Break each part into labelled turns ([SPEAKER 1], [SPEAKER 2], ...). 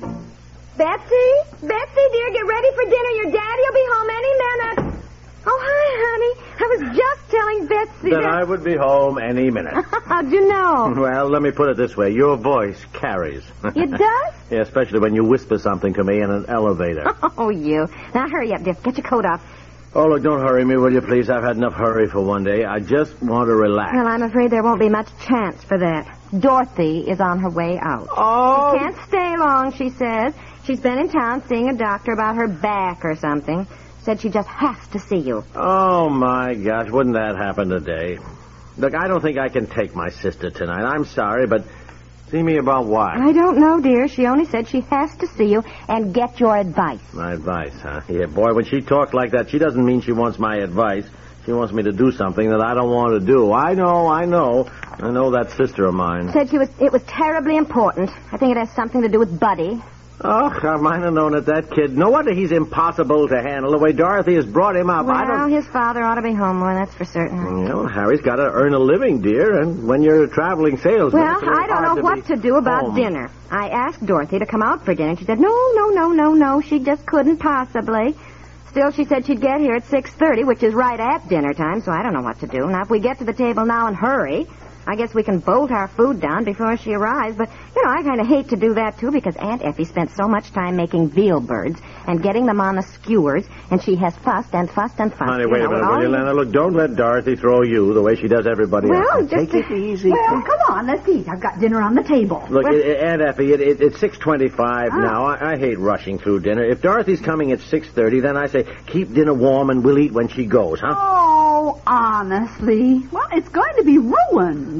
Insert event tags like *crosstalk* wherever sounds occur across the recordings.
[SPEAKER 1] Betsy? Betsy, dear, get ready for dinner. Your daddy'll be home any minute. Oh, hi, honey. I was just telling Betsy
[SPEAKER 2] that I would be home any
[SPEAKER 1] *laughs*
[SPEAKER 2] minute.
[SPEAKER 1] How'd
[SPEAKER 2] *laughs*
[SPEAKER 1] you know?
[SPEAKER 2] well, let me put it this way. Your voice carries.
[SPEAKER 1] It does?
[SPEAKER 2] *laughs* Yeah, especially when you whisper something to me in an
[SPEAKER 1] *laughs*
[SPEAKER 2] elevator.
[SPEAKER 1] Oh, you. Now, hurry up, dear. Get your coat off.
[SPEAKER 2] oh, look, don't hurry me, will you, please? I've had enough hurry for one day. I just want to relax.
[SPEAKER 1] Well, I'm afraid there won't be much chance for that. Dorothy is on her way out.
[SPEAKER 2] Oh,
[SPEAKER 1] Can't stay long, she says. She's been in town seeing a doctor about her back or something. Said she just has to see you.
[SPEAKER 2] oh my gosh, wouldn't that happen today? Look, I don't think I can take my sister tonight. I'm sorry, but see me about why.
[SPEAKER 1] I don't know, dear. She only said she has to see you and get your advice.
[SPEAKER 2] My advice, huh? Yeah, boy, when she talks like that, she doesn't mean she wants my advice. She wants me to do something that I don't want to do. I know, I know. I know that sister of mine.
[SPEAKER 1] Said she was. It was terribly important. I think it has something to do with Buddy.
[SPEAKER 2] Oh, I might have known it, that kid. No wonder he's impossible to handle. The way Dorothy has brought him up, I
[SPEAKER 1] Well,
[SPEAKER 2] don't...
[SPEAKER 1] his father ought to be home more. That's for certain.
[SPEAKER 2] Well, Harry's got to earn a living, dear, and when you're a traveling salesman...
[SPEAKER 1] Well,
[SPEAKER 2] it's a little
[SPEAKER 1] I don't
[SPEAKER 2] hard
[SPEAKER 1] know what
[SPEAKER 2] be
[SPEAKER 1] to do about
[SPEAKER 2] home.
[SPEAKER 1] dinner. I asked Dorothy to come out for dinner. She said no, no, no, no, no. She just couldn't possibly. Still, she said she'd get here at six thirty, which is right at dinner time. So I don't know what to do. Now, if we get to the table now and hurry, I guess we can bolt our food down before she arrives. But you know, I kind of hate to do that too because Aunt Effie spent so much time making veal birds and getting them on the skewers, and she has fussed and fussed and fussed.
[SPEAKER 2] Honey,
[SPEAKER 1] you
[SPEAKER 2] wait
[SPEAKER 1] know,
[SPEAKER 2] a minute,
[SPEAKER 1] with all
[SPEAKER 2] will you,
[SPEAKER 1] these-
[SPEAKER 2] Lena? Look, don't let Dorothy throw you the way she does everybody
[SPEAKER 1] Well,
[SPEAKER 2] else.
[SPEAKER 1] just
[SPEAKER 2] Take it easy.
[SPEAKER 3] Well, come on, let's eat. I've got dinner on the table.
[SPEAKER 2] Look, it, it- Aunt Effie, it, it, it's six
[SPEAKER 1] Ah.
[SPEAKER 2] twenty-five now. I, I hate rushing through dinner. If Dorothy's coming at six thirty, then I say keep dinner warm and we'll eat when she goes, huh?
[SPEAKER 3] Oh, honestly. Well, it's going to be ruined.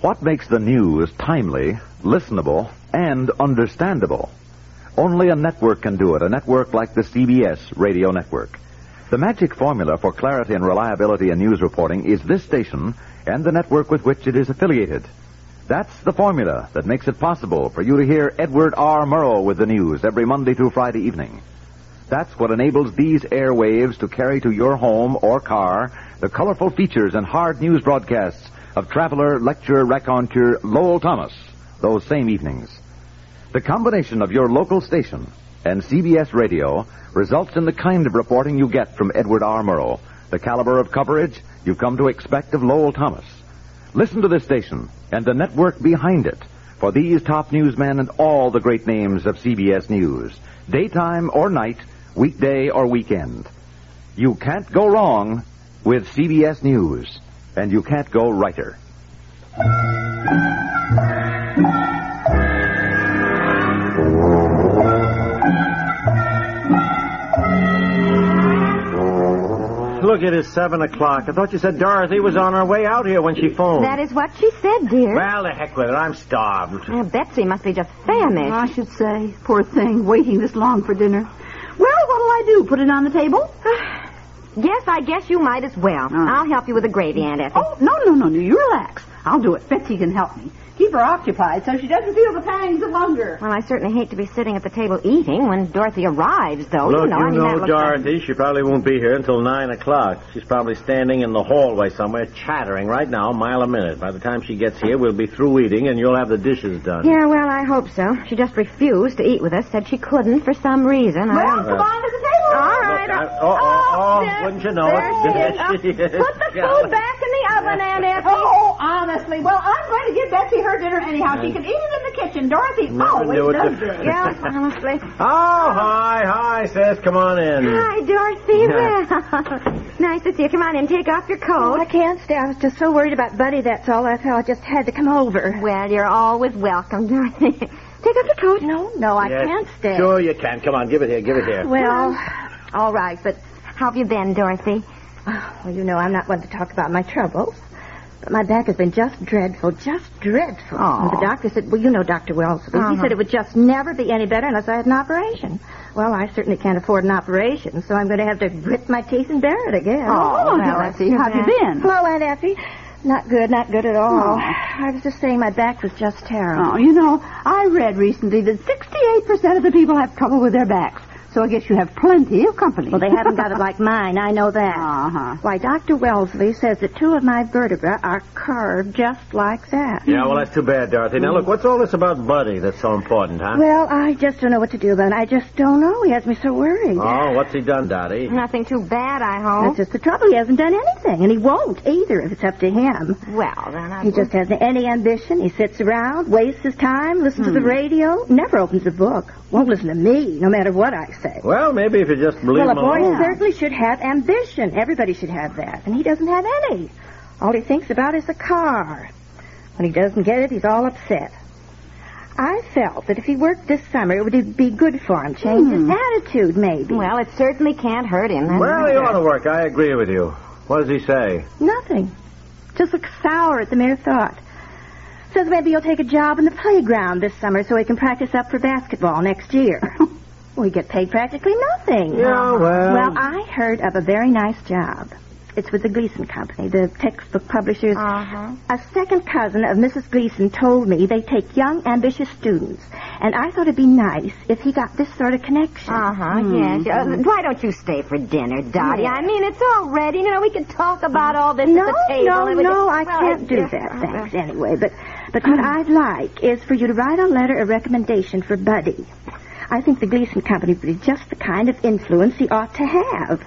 [SPEAKER 4] What makes the news timely, listenable, and understandable? Only a network can do it, a network like the CBS radio network. The magic formula for clarity and reliability in news reporting is this station and the network with which it is affiliated. That's the formula that makes it possible for you to hear Edward R. Murrow with the news every Monday through Friday evening. That's what enables these airwaves to carry to your home or car the colorful features and hard news broadcasts of traveler, lecturer, raconteur Lowell Thomas those same evenings. The combination of your local station and CBS radio results in the kind of reporting you get from Edward R. Murrow, the caliber of coverage you've come to expect of Lowell Thomas. Listen to this station and the network behind it for these top newsmen and all the great names of CBS News, daytime or night, weekday or weekend. You can't go wrong with CBS News, and you can't go righter.
[SPEAKER 2] Look, it is seven o'clock. I thought you said Dorothy was on her way out here when she phoned.
[SPEAKER 1] That is what she said, dear.
[SPEAKER 2] Well, the heck with it. I'm starved.
[SPEAKER 1] Now, Betsy must be just famished.
[SPEAKER 3] I should say. Poor thing, waiting this long for dinner. Well, what'll I do? Put it on the table?
[SPEAKER 2] *sighs*
[SPEAKER 1] Yes, I guess you might as well. I'll help you with the gravy, Aunt Effie.
[SPEAKER 3] Oh, no, no, no, no. You relax. I'll do it. Betsy can help me. Keep her occupied so she doesn't feel the pangs of hunger.
[SPEAKER 1] Well, I certainly hate to be sitting at the table eating when Dorothy arrives, though.
[SPEAKER 2] Look,
[SPEAKER 1] Oh, you know, I mean, that looks
[SPEAKER 2] Dorothy, she probably won't be here until nine o'clock. She's probably standing in the hallway somewhere chattering right now, a mile a minute. By the time she gets here, we'll be through eating and you'll have the dishes done.
[SPEAKER 1] Like... Yeah, well, I hope so. She just refused to eat with us, said she couldn't for some reason. I
[SPEAKER 3] Well,
[SPEAKER 1] don't...
[SPEAKER 3] come on to the table.
[SPEAKER 1] All
[SPEAKER 2] Look,
[SPEAKER 1] right.
[SPEAKER 3] uh,
[SPEAKER 2] I- oh, oh, oh,
[SPEAKER 1] there-
[SPEAKER 2] wouldn't you know
[SPEAKER 1] there
[SPEAKER 2] it?
[SPEAKER 1] she is. Uh, Put the
[SPEAKER 2] Golly.
[SPEAKER 1] food back in the oven, Aunt Effie.
[SPEAKER 3] Oh, honestly. Well, I'm going to give Betsy her dinner anyhow. She can eat it in the kitchen. Dorothy
[SPEAKER 2] Never
[SPEAKER 3] always
[SPEAKER 2] knew it
[SPEAKER 3] does
[SPEAKER 2] to-
[SPEAKER 3] this.
[SPEAKER 1] Yeah, honestly.
[SPEAKER 2] Oh, hi, hi, sis. Come on in.
[SPEAKER 1] Hi, Dorothy. Well, *laughs* nice to see you. Come on in. Take off your coat.
[SPEAKER 5] I can't stay. I was just so worried about Buddy, that's all. That's how I just had to come over.
[SPEAKER 1] Well, you're always welcome, Dorothy. *laughs*
[SPEAKER 6] Take off your coat.
[SPEAKER 1] No, no, I
[SPEAKER 2] Yes.
[SPEAKER 1] can't stay.
[SPEAKER 2] Sure you can. Come on, give it here, give it here.
[SPEAKER 6] Well, all right, but how have you been, Dorothy?
[SPEAKER 1] Well, you know I'm not one to talk about my troubles. But my back has been just dreadful, just dreadful.
[SPEAKER 6] Aw.
[SPEAKER 1] And the doctor said, well, you know Dr. Wellesley.
[SPEAKER 6] Uh-huh.
[SPEAKER 1] He said it would just never be any better unless I had an operation. Well, I certainly can't afford an operation, so I'm going to have to grit my teeth and bear it again.
[SPEAKER 6] Oh, now, Effie, how've you been?
[SPEAKER 1] Well, Aunt Effie, not good, not good at all. I was just saying my back was just terrible.
[SPEAKER 3] *laughs* Oh, you know, I read recently that 68% of the people have trouble with their backs. So I guess you have plenty of company.
[SPEAKER 1] Well, they haven't *laughs*
[SPEAKER 3] *laughs*
[SPEAKER 1] got it like mine. I know that.
[SPEAKER 3] Uh-huh.
[SPEAKER 1] Why, Dr. Wellesley says that two of my vertebrae are curved just like that.
[SPEAKER 2] Yeah, well, that's too bad, Dorothy. Now, look, what's all this about Buddy that's so important, huh?
[SPEAKER 1] Well, I just don't know what to do about it. I just don't know. He has me so worried.
[SPEAKER 2] Oh, what's he done, Dottie?
[SPEAKER 6] Nothing too bad, I hope.
[SPEAKER 1] That's just the trouble. He hasn't done anything, and he won't either if it's up to him.
[SPEAKER 6] Well, then I
[SPEAKER 1] He just hasn't any ambition. He sits around, wastes his time, listens to the radio, never opens a book, won't listen to me, no matter what I say.
[SPEAKER 2] Well, maybe if you just believe
[SPEAKER 1] Well, a
[SPEAKER 2] him
[SPEAKER 1] boy
[SPEAKER 2] alone.
[SPEAKER 1] certainly should have ambition. Everybody should have that. And he doesn't have any. All he thinks about is the car. When he doesn't get it, he's all upset. I felt that if he worked this summer, it would be good for him. Change
[SPEAKER 2] Hmm.
[SPEAKER 1] his attitude, maybe.
[SPEAKER 6] Well, it certainly can't hurt him. that's
[SPEAKER 2] Well,
[SPEAKER 6] for
[SPEAKER 2] he
[SPEAKER 6] sure.
[SPEAKER 2] ought to work. I agree with you. What does he say?
[SPEAKER 1] Nothing. Just looks sour at the mere thought. Says maybe he'll take a job in the playground this summer so he can practice up for basketball
[SPEAKER 2] *laughs*
[SPEAKER 1] next year. we get paid practically nothing.
[SPEAKER 2] Yeah, well-
[SPEAKER 6] Um,
[SPEAKER 1] Well, I heard of a very nice job. It's with the Gleason Company, the textbook publishers.
[SPEAKER 6] Uh-huh.
[SPEAKER 1] A second cousin of Mrs. Gleason told me they take young, ambitious students, and I thought it'd be nice if he got this sort of connection.
[SPEAKER 6] Uh-huh, yes. Uh, why don't you stay for dinner, Dottie? I mean, it's all ready. You know, we could talk about all this
[SPEAKER 1] No,
[SPEAKER 6] at the table.
[SPEAKER 1] no,
[SPEAKER 6] It would
[SPEAKER 1] no,
[SPEAKER 6] just-
[SPEAKER 1] I
[SPEAKER 6] well,
[SPEAKER 1] can't
[SPEAKER 6] it's
[SPEAKER 1] do
[SPEAKER 6] just- uh-huh.
[SPEAKER 1] that,
[SPEAKER 6] *laughs*
[SPEAKER 1] thanks, anyway. But, but what I'd like is for you to write a letter of recommendation for Buddy. I think the Gleason Company would be just the kind of influence he ought to have.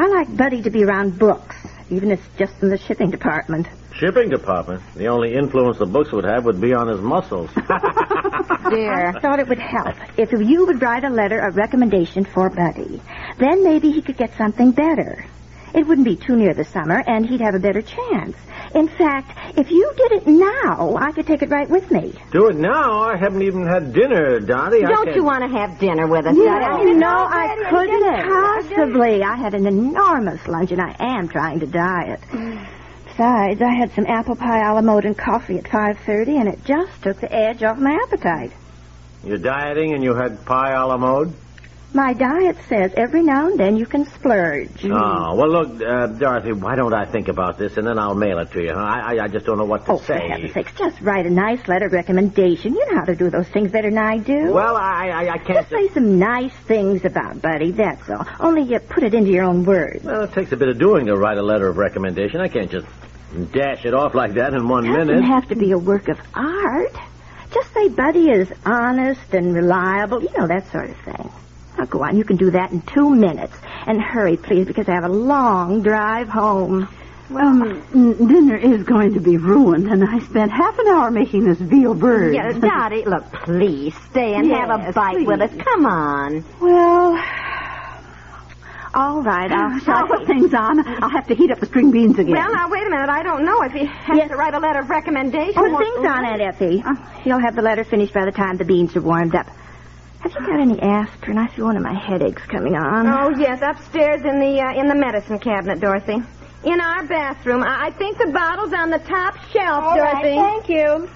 [SPEAKER 1] I like Buddy to be around books, even if it's just in the shipping department.
[SPEAKER 2] Shipping department. The only influence the books would have would be on his
[SPEAKER 1] *laughs*
[SPEAKER 2] muscles.
[SPEAKER 6] Dear.
[SPEAKER 1] I thought it would help if you would write a letter of recommendation for Buddy. Then maybe he could get something better. It wouldn't be too near the summer, and he'd have a better chance. In fact, if you did it now, I could take it right with me.
[SPEAKER 2] Do it now. I haven't even had dinner, Dottie. I
[SPEAKER 6] Don't
[SPEAKER 2] can't-
[SPEAKER 6] you want to have dinner with us, Dottie?
[SPEAKER 1] you
[SPEAKER 6] mean,
[SPEAKER 1] know
[SPEAKER 6] it's
[SPEAKER 1] I
[SPEAKER 6] already
[SPEAKER 1] couldn't
[SPEAKER 6] dinner.
[SPEAKER 1] possibly. I had an enormous lunch, and I am trying to diet. Besides, I had some apple pie a la mode and coffee at five thirty, and it just took the edge off my appetite.
[SPEAKER 2] You're dieting and you had pie a la mode?
[SPEAKER 1] Mm-hmm. My diet says every now and then you can splurge.
[SPEAKER 2] Oh, well, look, uh, Dorothy, why don't I think about this and then I'll mail it to you? huh? I, I, I just don't know what to
[SPEAKER 1] Oh, for
[SPEAKER 2] say.
[SPEAKER 1] heaven's sakes, just write a nice letter of recommendation. You know how to do those things better than I do.
[SPEAKER 2] Well, I, I, I can't.
[SPEAKER 1] Just say some nice things about Buddy, that's all. Only you put it into your own words.
[SPEAKER 2] Well, it takes a bit of doing to write a letter of recommendation. I can't just dash it off like that in one minute.
[SPEAKER 1] doesn't have to be a work of art. Just say Buddy is honest and reliable, you know, that sort of thing. Now, go on, you can do that in two minutes. And hurry, please, because I have a long drive home.
[SPEAKER 3] Um, n- dinner is going to be ruined, and I spent half an hour making this veal bird.
[SPEAKER 6] Yeah, Dottie, look, please stay and have a
[SPEAKER 3] Yes,
[SPEAKER 6] bite with us.
[SPEAKER 3] please.
[SPEAKER 6] Come on.
[SPEAKER 1] Well, all right,
[SPEAKER 6] *sighs*
[SPEAKER 1] I'll
[SPEAKER 3] I'll put things on. I'll have to heat up the string beans again.
[SPEAKER 6] Well, now, wait a minute. I don't know if he has
[SPEAKER 1] Yes.
[SPEAKER 6] to write a letter of recommendation.
[SPEAKER 1] Put
[SPEAKER 6] or-
[SPEAKER 1] things on Aunt Effie. He'll have the letter finished by the time the beans are warmed up. Have you got any aspirin? I feel one of my headaches coming on.
[SPEAKER 6] Oh, yes, upstairs in the uh, in the medicine cabinet, Dorothy. In our bathroom. I, I think the bottle's on the top shelf, Dorothy.
[SPEAKER 1] thank you.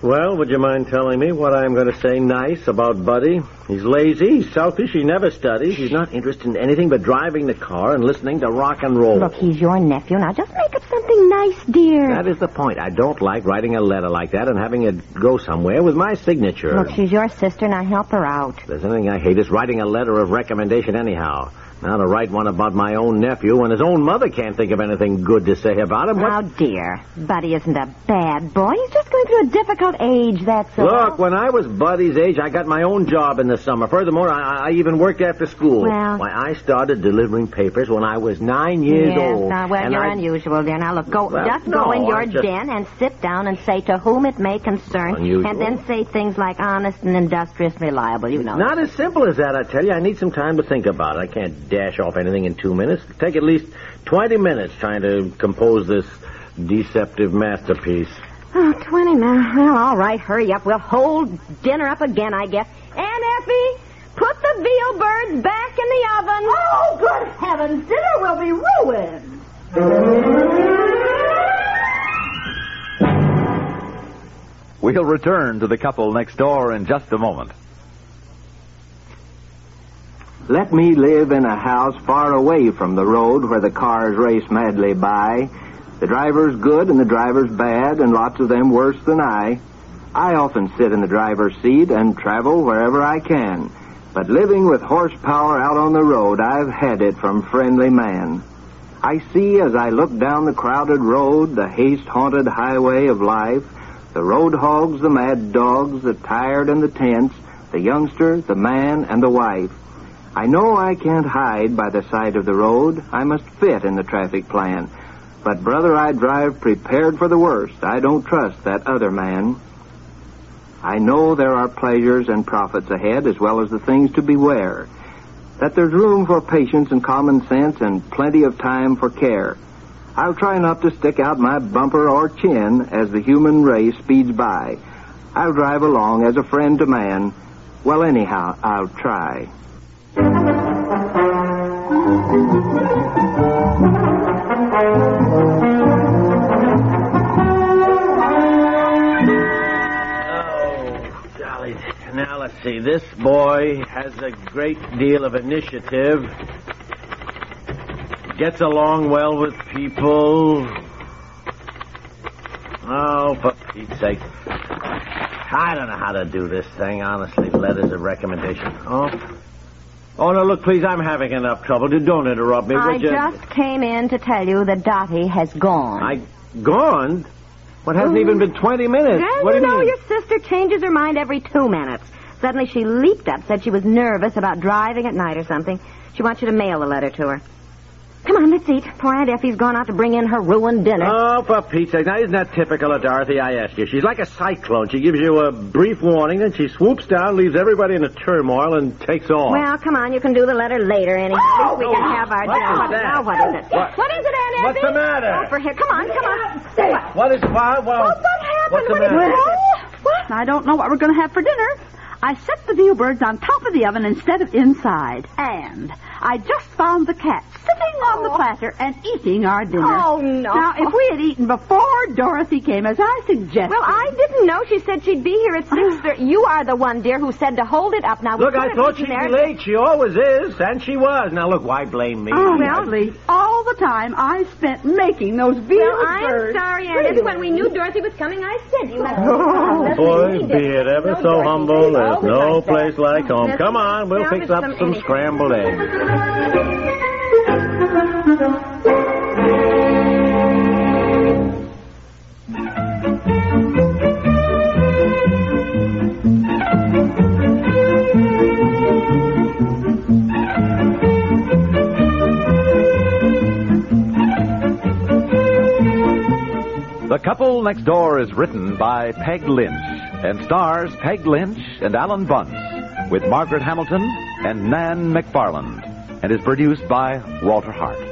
[SPEAKER 2] Well, would you mind telling me what I'm going to say nice about Buddy? He's lazy, he's selfish, he never studies, he's not interested in anything but driving the car and listening to rock and roll.
[SPEAKER 6] Look, he's your nephew. Now, just make up something nice, dear.
[SPEAKER 2] That is the point. I don't like writing a letter like that and having it go somewhere with my signature.
[SPEAKER 6] Look, she's your sister. Now, help her out.
[SPEAKER 2] If there's anything I hate, it's writing a letter of recommendation anyhow. Now to write one about my own nephew when his own mother can't think of anything good to say about him.
[SPEAKER 6] Now,
[SPEAKER 2] What?
[SPEAKER 6] dear, Buddy isn't a bad boy. He's just going through a difficult age, that's all.
[SPEAKER 2] Look, when I was Buddy's age, I got my own job in the summer. Furthermore, I, I even worked after school.
[SPEAKER 6] Well-
[SPEAKER 2] Why, I started delivering papers when I was nine years
[SPEAKER 6] yes,
[SPEAKER 2] old.
[SPEAKER 6] now, well,
[SPEAKER 2] and
[SPEAKER 6] you're
[SPEAKER 2] I-
[SPEAKER 6] unusual, dear. Now, look, go,
[SPEAKER 2] Well,
[SPEAKER 6] just
[SPEAKER 2] no,
[SPEAKER 6] go in your
[SPEAKER 2] I just-
[SPEAKER 6] den and sit down and say to whom it may concern,
[SPEAKER 2] Unusual.
[SPEAKER 6] and then say things like honest and industrious and reliable, you know.
[SPEAKER 2] Not as simple as that, I tell you. I need some time to think about it. I can't dash off anything in two minutes. It'll take at least 20 minutes trying to compose this deceptive masterpiece.
[SPEAKER 1] Oh, 20 minutes. Well, all right, hurry up. We'll hold dinner up again, I guess. And Effie, put the veal birds back in the oven.
[SPEAKER 3] Oh, good heavens, dinner will be ruined.
[SPEAKER 4] We'll return to the couple next door in just a moment.
[SPEAKER 2] Let me live in a house far away from the road where the cars race madly by. The driver's good and the driver's bad, and lots of them worse than I. I often sit in the driver's seat and travel wherever I can. But living with horsepower out on the road, I've had it from friendly man. I see as I look down the crowded road, the haste haunted highway of life, the road hogs, the mad dogs, the tired and the tense, the youngster, the man, and the wife. I know I can't hide by the side of the road. I must fit in the traffic plan. But, brother, I drive prepared for the worst. I don't trust that other man. I know there are pleasures and profits ahead as well as the things to beware. That there's room for patience and common sense and plenty of time for care. I'll try not to stick out my bumper or chin as the human race speeds by. I'll drive along as a friend to man. Well, anyhow, I'll try. Oh, golly. Now, let's see. This boy has a great deal of initiative. Gets along well with people. Oh, for Pete's sake. I don't know how to do this thing, honestly. Letters of recommendation. Oh. Oh, no, look, please, I'm having enough trouble. Don't interrupt me,
[SPEAKER 1] I
[SPEAKER 2] would you?
[SPEAKER 1] just came in to tell you that Dottie has gone.
[SPEAKER 2] I gone? What hasn't
[SPEAKER 1] Mm.
[SPEAKER 2] even been twenty minutes?
[SPEAKER 1] Well,
[SPEAKER 2] what
[SPEAKER 1] you
[SPEAKER 2] do you
[SPEAKER 1] know,
[SPEAKER 2] mean?
[SPEAKER 1] your sister changes her mind every two minutes. Suddenly she leaped up, said she was nervous about driving at night or something. She wants you to mail a letter to her. Come on, let's eat. Poor Aunt Effie's gone out to bring in her ruined dinner.
[SPEAKER 2] Oh, for Pete's sake. Now, isn't that typical of Dorothy, I ask you? She's like a cyclone. She gives you a brief warning, then she swoops down, leaves everybody in a turmoil, and takes off.
[SPEAKER 1] Well, come on, you can do the letter later, Annie. At least we can have our
[SPEAKER 2] Oh. what
[SPEAKER 1] dinner.
[SPEAKER 2] is
[SPEAKER 1] What-
[SPEAKER 2] that?
[SPEAKER 1] Now, what is it?
[SPEAKER 2] What-
[SPEAKER 1] what is it, Aunt Oh, Effie?
[SPEAKER 2] What's the matter?
[SPEAKER 1] Over here. Come on, come on. What?
[SPEAKER 2] what is why? Well,
[SPEAKER 3] Oh, what happened?
[SPEAKER 2] What's the
[SPEAKER 3] What is
[SPEAKER 2] matter?
[SPEAKER 3] wrong? What? I don't know what we're going to have for dinner. I set the veal birds on top of the oven instead of inside. And I just found the cat sitting on the platter and eating our dinner.
[SPEAKER 1] Oh, no.
[SPEAKER 3] Now, if we had eaten before Dorothy came, as I suggested.
[SPEAKER 1] Well, I didn't know. She said she'd be here at 6.30. You are the one, dear, who said to hold it up. Now, we
[SPEAKER 2] Look,
[SPEAKER 1] could
[SPEAKER 2] I
[SPEAKER 1] have
[SPEAKER 2] thought
[SPEAKER 1] eaten
[SPEAKER 2] she'd
[SPEAKER 1] there.
[SPEAKER 2] be late. She always is, and she was. Now, look, why blame
[SPEAKER 1] Oh,
[SPEAKER 2] me?
[SPEAKER 3] Honestly, all the time I spent making those veal
[SPEAKER 1] Well, I'm
[SPEAKER 3] birds.
[SPEAKER 1] sorry, Annis. When we knew Dorothy was coming, I said you.
[SPEAKER 2] Oh, boy, be it ever so humble, there's no place like
[SPEAKER 1] Mm,
[SPEAKER 2] home. Come on, we'll
[SPEAKER 1] Now
[SPEAKER 2] fix
[SPEAKER 1] for
[SPEAKER 2] up
[SPEAKER 1] some
[SPEAKER 2] some
[SPEAKER 1] anything.
[SPEAKER 2] scrambled eggs.
[SPEAKER 4] The Couple Next Door is written by Peg Lynch and stars Peg Lynch and Alan Bunce with Margaret Hamilton and Nan McFarland and is produced by Walter Hart.